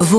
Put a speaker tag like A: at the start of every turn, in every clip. A: Vous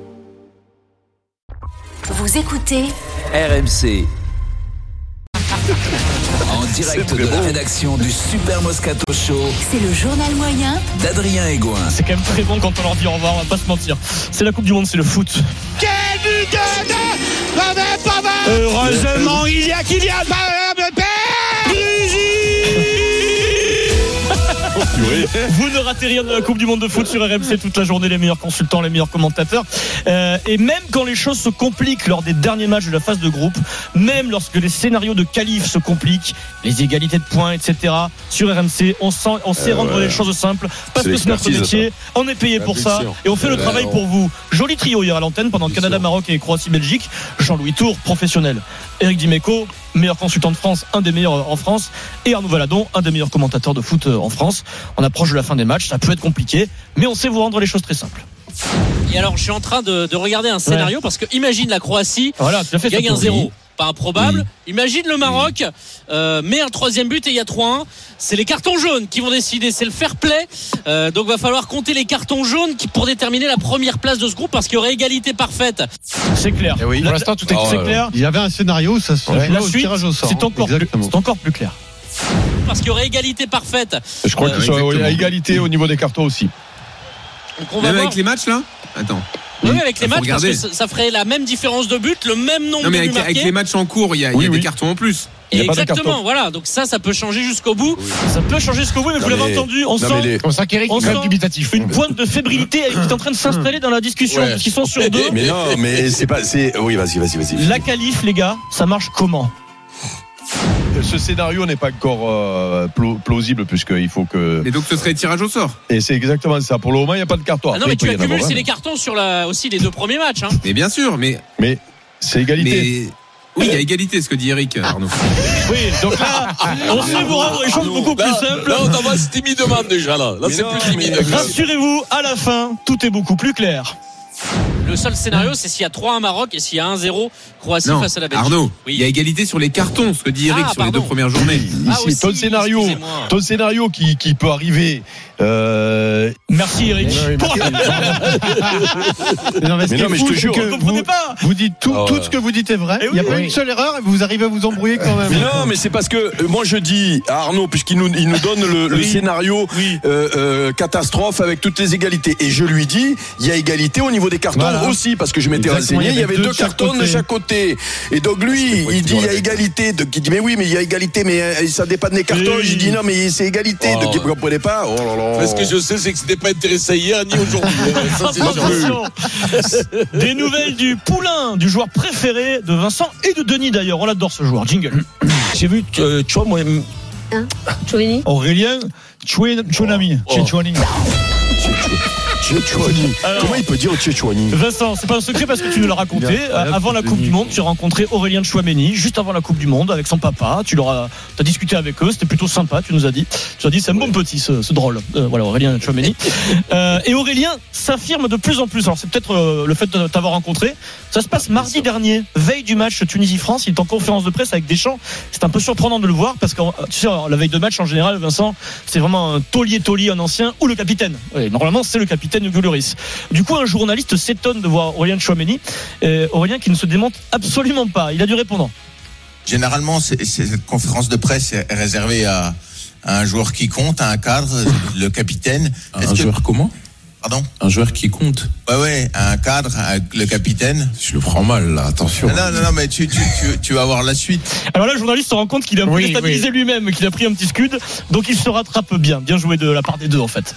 A: Vous écoutez
B: RMC. En direct de la rédaction du Super Moscato Show
A: C'est le journal moyen
B: d'Adrien Egoin.
C: C'est quand même très bon quand on leur dit au revoir, on va pas se mentir. C'est la Coupe du Monde, c'est le foot.
D: Quel but de de- Pavard, Pavard
C: Heureusement
D: Il y a Kylian Pavard, Mbappé
C: Vous ne ratez rien de la Coupe du Monde de foot sur RMC toute la journée, les meilleurs consultants, les meilleurs commentateurs. Euh, et même quand les choses se compliquent lors des derniers matchs de la phase de groupe, même lorsque les scénarios de qualif se compliquent, les égalités de points, etc., sur RMC, on, sent, on sait rendre les choses simples parce
E: Euh, C'est
C: que c'est notre
E: l'expertise,
C: métier, on est payé pour ça et on fait
E: Euh,
C: le travail pour vous. Joli trio hier à l'antenne pendant Canada, Maroc et Croatie-Belgique. Jean-Louis Tour, professionnel. Eric Dimeco, meilleur consultant de France, un des meilleurs euh, en France. Et Arnaud Valadon, un des meilleurs commentateurs de foot euh, en France. On approche de la fin des matchs, ça peut être compliqué, mais on sait vous rendre les choses très simples.
F: Et alors, je suis en train de, de regarder un scénario parce que imagine la Croatie
C: Voilà, tout à fait.
F: gagne
C: ça,
F: un
C: Tour.
F: zéro. Pas improbable. Imagine le Maroc euh, met un troisième but et il y a 3-1. C'est les cartons jaunes qui vont décider. C'est le fair play. Euh, donc va falloir compter les cartons jaunes qui, pour déterminer la première place de ce groupe parce qu'il y aurait égalité parfaite.
C: C'est clair.
E: Eh oui.
C: Pour l'instant, tout est
G: Ah,
E: Oh là
C: c'est
E: là.
C: clair.
H: Il y avait un scénario où ça se jouait
C: La
H: au
C: suite,
H: tirage au sort.
C: c'est
H: hein.
C: encore, plus-
H: Exactement.
C: c'est encore plus clair.
F: Parce qu'il y aurait égalité parfaite.
G: Je crois
F: Euh,
G: qu'ils sont
E: exactement.
G: à égalité au niveau des cartons aussi.
F: Donc on va
E: Même
F: voir.
E: avec les matchs là Attends.
F: Oui, avec
G: Ah,
F: les
E: Faut
F: matchs,
E: regarder.
F: parce que ça, ça ferait la même différence de but, le même nombre
E: Non mais
F: de buts
E: avec, avec
F: marqués.
E: les matchs en cours, il y a, il y a
G: Oui,
E: des
G: oui.
E: cartons en plus.
G: Il y a pas de
F: Exactement,
G: carton.
F: voilà. Donc ça, ça peut changer jusqu'au bout.
C: Ça peut changer ce que vous voulez, mais vous
G: Non,
C: l'avez
G: mais-
C: entendu. On
G: Non,
C: sent,
G: mais les-
I: On sent qu'Eric
C: on
I: est
C: sent
I: dubitatif.
C: une pointe de fébrilité qui est en train de s'installer dans la discussion.
G: Ouais.
C: parce qu'ils sont sur deux.
G: Mais non, mais c'est pas. c'est- Oui, vas-y, vas-y, vas-y.
C: La qualif, les gars, ça marche comment
G: Ce scénario n'est pas encore euh, plo- plausible puisqu'il faut que.
E: Mais donc ce serait tirage au sort.
G: Et c'est exactement ça. Pour le moment, il n'y a pas de carton.
F: Ah non,
G: Après,
F: mais
G: il peut y
F: tu
G: en avoir
F: accumules,
G: un,
F: c'est
G: mais
F: les cartons sur la, aussi les deux premiers matchs. Hein.
E: Mais bien sûr, mais
G: C'est égalité.
E: mais oui, il y a égalité ce que dit Eric euh, Arnaud.
C: Oui, donc là, on sait vous rendre les choses beaucoup plus simples.
J: on t'envoie timidement déjà Ah, là. Là, c'est plus timide.
C: Rassurez-vous, à la fin, tout est beaucoup plus clair.
F: Le seul scénario, c'est s'il y a 3-1 Maroc et s'il y a 1-0 Croatie
E: Non,
F: face à la Belgique.
E: Arnaud,
F: Oui.
E: il y a égalité sur les cartons ce que dit Eric
F: Ah,
E: sur les
F: pardon.
E: deux premières journées.
F: Ah,
G: Ici,
F: aussi,
G: ton scénario,
F: excusez-moi.
G: ton scénario qui, qui peut arriver. euh,
C: Merci Eric. Pour-
H: Non, mais, ce
G: Mais
H: qui
G: non,
H: est
G: mais je
H: fou,
G: te
H: c'est
G: jure.
H: que
C: Vous comprenez
H: vous,
C: pas
H: vous dites tout,
J: Ah ouais.
H: tout ce que vous dites est vrai.
C: Eh oui,
H: il n'y a pas
C: oui.
H: une seule erreur et vous arrivez à vous embrouiller quand même.
I: Mais non, mais c'est parce que euh, moi je dis à Arnaud, puisqu'il nous, il nous donne le, le scénario euh, euh, catastrophe avec toutes les égalités. Et je lui dis, il y a égalité au niveau des cartons
H: Voilà.
I: aussi, parce que je m'étais
H: Exactement,
I: renseigné, il y avait deux
H: de chaque
I: cartons de
H: côté.
I: chaque côté. Et donc lui, il dit, il y a égalité. Donc il dit, mais oui, mais il y a égalité, mais euh, ça dépend des cartons.
C: Oui.
I: Je dis, non, mais c'est égalité.
J: Oh.
I: Donc il ne comprenait pas. Oh là là.
J: Ce que je sais, c'est que c'était pas intéressé hier ni aujourd'hui. Ça, c'est sûr.
C: Attention. Des nouvelles du poulain, du joueur préféré de Vincent et de Denis d'ailleurs. On adore ce joueur. Jingle.
J: J'ai vu, euh, tu vois, moi,
C: Aurélien Chouenami.
I: Tchétchouani. Comment il peut dire Tchétchouani
C: Vincent, c'est pas un secret parce que tu nous l'as raconté. Euh, Avant la Coupe du Monde, tu as rencontré Aurélien Chouameni, juste avant la Coupe du Monde, avec son papa. Tu leur as, t'as discuté avec eux, c'était plutôt sympa, tu nous as dit. Tu as dit, c'est un bon petit, ce, ce drôle. Euh, voilà, Aurélien Chouameni. Euh, et Aurélien s'affirme de plus en plus. Alors, c'est peut-être euh, le fait de t'avoir rencontré. Ça se passe mardi dernier, veille du match Tunisie-France. Il est en conférence de presse avec Deschamps. C'est un peu surprenant de le voir parce que, euh, tu sais, la veille de match, en général, Vincent, c'est vraiment un taulier-taulier, un ancien, ou le capitaine. Ouais, normalement, c'est le capitaine Hugo Lloris. Du coup, un journaliste s'étonne de voir Aurélien Chouameni, euh, Aurélien qui ne se démonte absolument pas. Il a dû répondre.
J: Généralement, c'est- c'est- cette conférence de presse est réservée à, à un joueur qui compte, à un cadre, le capitaine. Un joueur comment Pardon Un joueur qui compte Ouais, ouais, à un cadre, à le capitaine. Je le prends mal, là, attention. Non, non, non, mais tu, tu, tu, tu vas voir la suite.
C: Alors là, le journaliste se rend compte qu'il a un peu
I: Oui,
C: déstabilisé lui-même, qu'il a pris un petit scud, donc il se rattrape bien. Bien joué de la part des deux, en fait.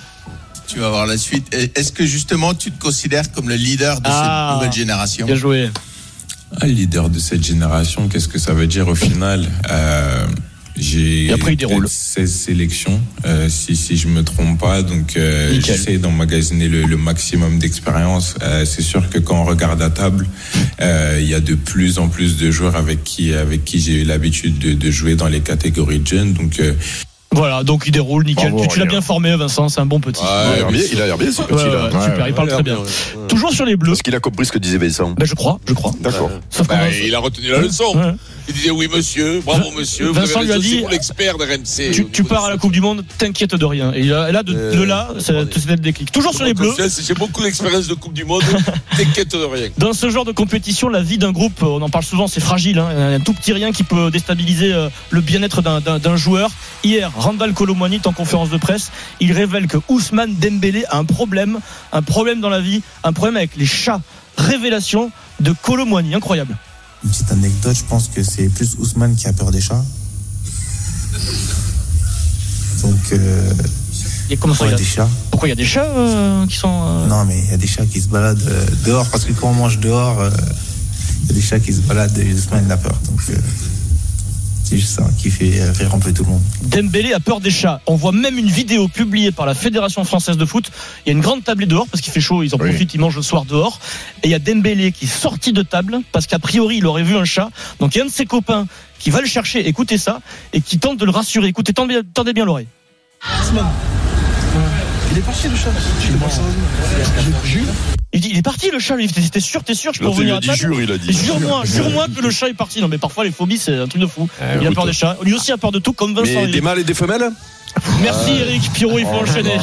J: Tu vas voir la suite. Et Est-ce que justement, tu te considères comme le leader de
C: Ah.
J: cette nouvelle génération
C: Bien joué.
J: Ah, leader de cette génération, qu'est-ce que ça veut dire au final Euh,
K: J'ai
C: Et après, il déroule.
K: peut-être 16 sélections, euh, si, si je me trompe pas. Donc, euh,
C: Nickel.
K: j'essaie d'emmagasiner le, le maximum d'expérience. Euh, c'est sûr que quand on regarde à table, euh, il y a de plus en plus de joueurs avec qui, avec qui j'ai eu l'habitude de, de jouer dans les catégories de jeunes. Donc, euh,
C: Voilà, donc il déroule, nickel.
K: Bravo,
C: tu tu l'as
K: Aurélien.
C: bien formé, Vincent, c'est un bon petit.
I: il a l'air bien, il a l'air bien, ce
C: Ouais,
I: petit, là.
C: ouais, super,
I: Ouais,
C: il parle
I: ouais,
C: très
I: ouais,
C: bien.
I: ouais,
C: Toujours sur les bleus.
I: Est-ce qu'il a compris ce que disait Vincent
C: Ben, je crois, je crois.
I: D'accord.
C: Sauf qu'on
L: Bah,
C: a-
L: il a retenu la leçon. Il disait oui monsieur, bravo monsieur, vous
C: Vincent
L: avez
C: lui a
L: raison,
C: dit-
L: c'est vous l'expert de RMC.
C: Tu, tu pars à la Coupe du Monde, t'inquiète de rien. Et là, et là, de,
I: Euh,
C: de là, c'est c'est le déclic. Toujours sur les bleus.
L: J'ai beaucoup d'expérience de Coupe du Monde, t'inquiète de rien.
C: Dans ce genre de compétition, la vie d'un groupe, on en parle souvent, c'est fragile. hein. Un tout petit rien qui peut déstabiliser euh, le bien-être d'un- d'un d'un joueur. Hier, Randall Colomwani, en conférence de presse, il révèle que Ousmane Dembélé a un problème, un problème dans la vie, un problème avec les chats. Révélation de Colomwani, incroyable.
M: Une petite anecdote, je pense que c'est plus Ousmane qui a peur des chats. Donc. Euh,
C: Et comment ça,
M: ouais,
C: il a-
M: des chats
C: Pourquoi il y a des chats euh, qui sont. euh,
M: Non, mais il y a des chats qui se baladent euh, dehors, parce que quand on mange dehors, euh, il y a des chats qui se baladent et Ousmane il a peur. Donc, euh, c'est juste ça qui fait euh, rire un peu tout le monde.
C: Dembélé a peur des chats. On voit même une vidéo publiée par la Fédération française de foot. Il y a une grande table dehors parce qu'il fait chaud, ils en profitent, ils mangent le soir dehors. Et il y a Dembélé qui est sorti de table parce qu'a priori il aurait vu un chat. Donc il y a un de ses copains qui va le chercher, écoutez ça, et qui tente de le rassurer. Écoutez, tendez, tendez bien l'oreille.
N: Il est parti le chat. Je le
C: Il dit, il est parti le chat, lui. T'es t'es sûr, t'es sûr, je peux
I: L'autre,
C: revenir
I: il a
C: à
I: dit
C: table
I: jure, il a dit.
C: Jure-moi, jure-moi que le chat est parti. Non, mais parfois les phobies, c'est un truc de fou.
I: Eh,
C: il a peur
I: écoute.
C: des chats. Lui aussi a peur de tout, comme Vincent.
I: Mais
C: il
I: des
C: est-
I: mâles et des femelles Euh, oh,
C: Merci Eric, Pierrot, il faut enchaîner.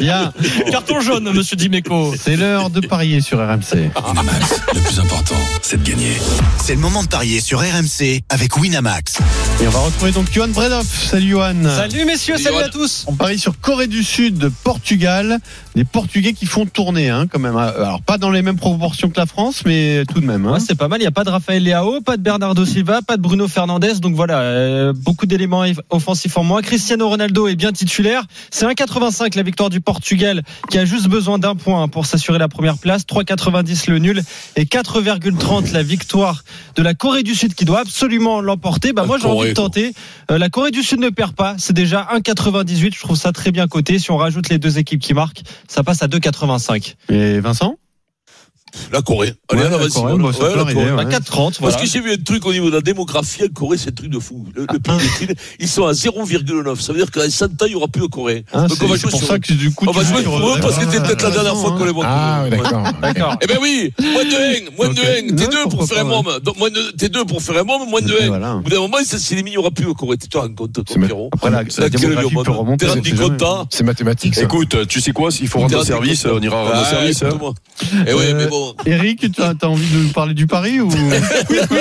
H: Bien.
C: Carton jaune, monsieur Dimeco.
H: C'est l'heure de parier sur RMC.
B: Le plus important, c'est de gagner.
J: C'est le moment de parier sur RMC avec Winamax.
H: Et on va retrouver donc Johan Bredoff. Salut Johan.
J: Salut, messieurs, Salut, salut Johan. à
H: tous. On parie sur Corée du Sud, Portugal. Les Portugais qui font tourner hein, quand même. Alors pas dans les mêmes proportions que la France, mais tout de même. hein.
O: C'est pas mal, il n'y a pas de Raphaël Leao, pas de Bernardo Silva, pas de Bruno Fernandez, donc voilà, euh, beaucoup d'éléments eff- offensifs en moins. Cristiano Ronaldo est bien titulaire. C'est 1,85 la victoire du Portugal qui a juste besoin d'un point pour s'assurer la première place, 3,90 le nul et 4,30 la victoire de la Corée du Sud qui doit absolument l'emporter. Bah moi j'ai envie de tenter. Euh, la Corée du Sud ne perd pas, c'est déjà 1,98, je trouve ça très bien coté. Si on rajoute les deux équipes qui marquent, ça passe à 2,85.
H: Et Vincent
L: La Corée. Allez,
O: Ouais,
L: on
O: la
L: avance.
O: Corée, moi, ça peut arriver, ouais. À 4,30, voilà.
L: Parce que j'ai vu un truc au niveau de la démographie en Corée, c'est un truc de fou. Le, le
H: Ah.
L: pays des îles, ils sont à 0,9. Ça veut dire qu'à 100 ans, il n'y aura plus de Corée.
H: Ah,
L: Donc
H: c'est-
L: on va
H: c'est
L: jouer
H: pour
L: sur
H: ça
L: eux.
H: que du coup,
L: On
H: tu
L: va
H: joues
L: jouer
H: sur Ah,
L: pour
H: eux.
L: eux parce que c'était peut-être la dernière
H: hein.
L: fois qu'on les voit. Ah,
H: d'accord. D'accord.
L: Eh ben oui, moins de haine, moins de haine. T'es deux pour
H: pourquoi
L: faire un
H: pas,
L: homme. Donc, moins de- T'es deux pour faire un homme, moins de haine. Au bout d'un moment, ça s'élimine, il n'y aura plus au Corée. Tu te rends compte, toi, Pierrot
I: Après, la- la
L: Dans quel
I: démographie
L: lieu on
I: peut
L: va-
I: remonter,
L: T'es
I: on
L: rendu
I: sait
L: compte,
I: jamais.
L: hein
I: C'est mathématique. Écoute, tu sais quoi S'il faut rendre service, on ira rendre
L: Ah,
I: service. hein. Euh,
L: écoute-moi. Eh ouais, mais bon.
H: Eric, tu as, t'as envie de nous parler du pari ou
I: Ah,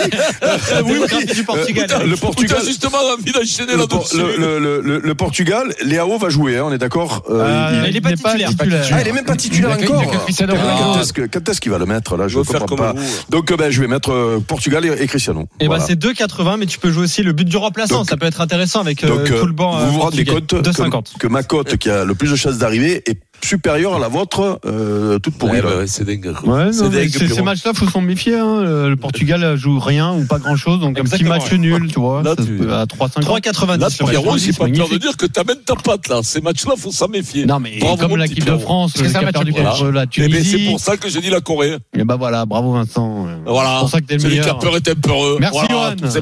I: oui, oui.
H: du Ah, Portugal.
I: Euh, le
H: Ou t'as
I: Portugal.
L: justement envie d'enchaîner
I: le, Por- le, le, le, le- le Portugal, Léao va jouer, hein, on est d'accord Euh,
H: Euh, il est pas titulaire.
I: Ah, il est même pas titulaire
H: Il y a-
I: encore.
H: il y a que Cristiano
I: Ah,
H: Ronaldo.
I: Quand est-ce que- quand est-ce qu'il va le mettre là Je
O: Il va faire
I: comprends
O: comme
I: pas. Donc, euh, ben, je vais mettre euh, Portugal et, et Cristiano.
O: Et
I: Voilà.
O: bah c'est 2,80, mais tu peux jouer aussi le but du remplaçant. ça peut être intéressant avec euh,
I: Donc, euh,
O: tout le banc. euh,
I: vous vous rendez
O: portugais.
I: compte
O: 2,50.
I: que, que ma cote qui a le plus de chances d'arriver est supérieure à la vôtre, euh, toute pourrie. là.
L: c'est dingue.
H: Ouais, non, mais c'est- ces matchs-là, faut s'en méfier. hein. Le le Portugal joue rien ou pas grand-chose, donc un petit
L: Exactement,
H: match
L: ouais.
H: nul, tu vois. ça se peut- à 3,50.
L: Là, Pierrot,
H: c'est
L: j'ai pas peur de
H: magnifique.
L: dire que t'amènes ta patte, là. Ces matchs-là, faut s'en méfier.
H: Non, mais
L: Bravo,
H: comme
L: mon
H: l'équipe
L: petit
H: de
L: Pierrot.
H: France, Parce que qui a ça va perdu durer. contre la
L: Eh ben,
H: Tunisie.
L: c'est pour ça que j'ai dit la Corée.
H: Et bah voilà, bravo Vincant.
L: Voilà.
H: C'est pour ça que t'es le
L: Celui qui a
H: meilleur.
L: peur est un peureux.
H: Merci Johan.
L: Voilà, tout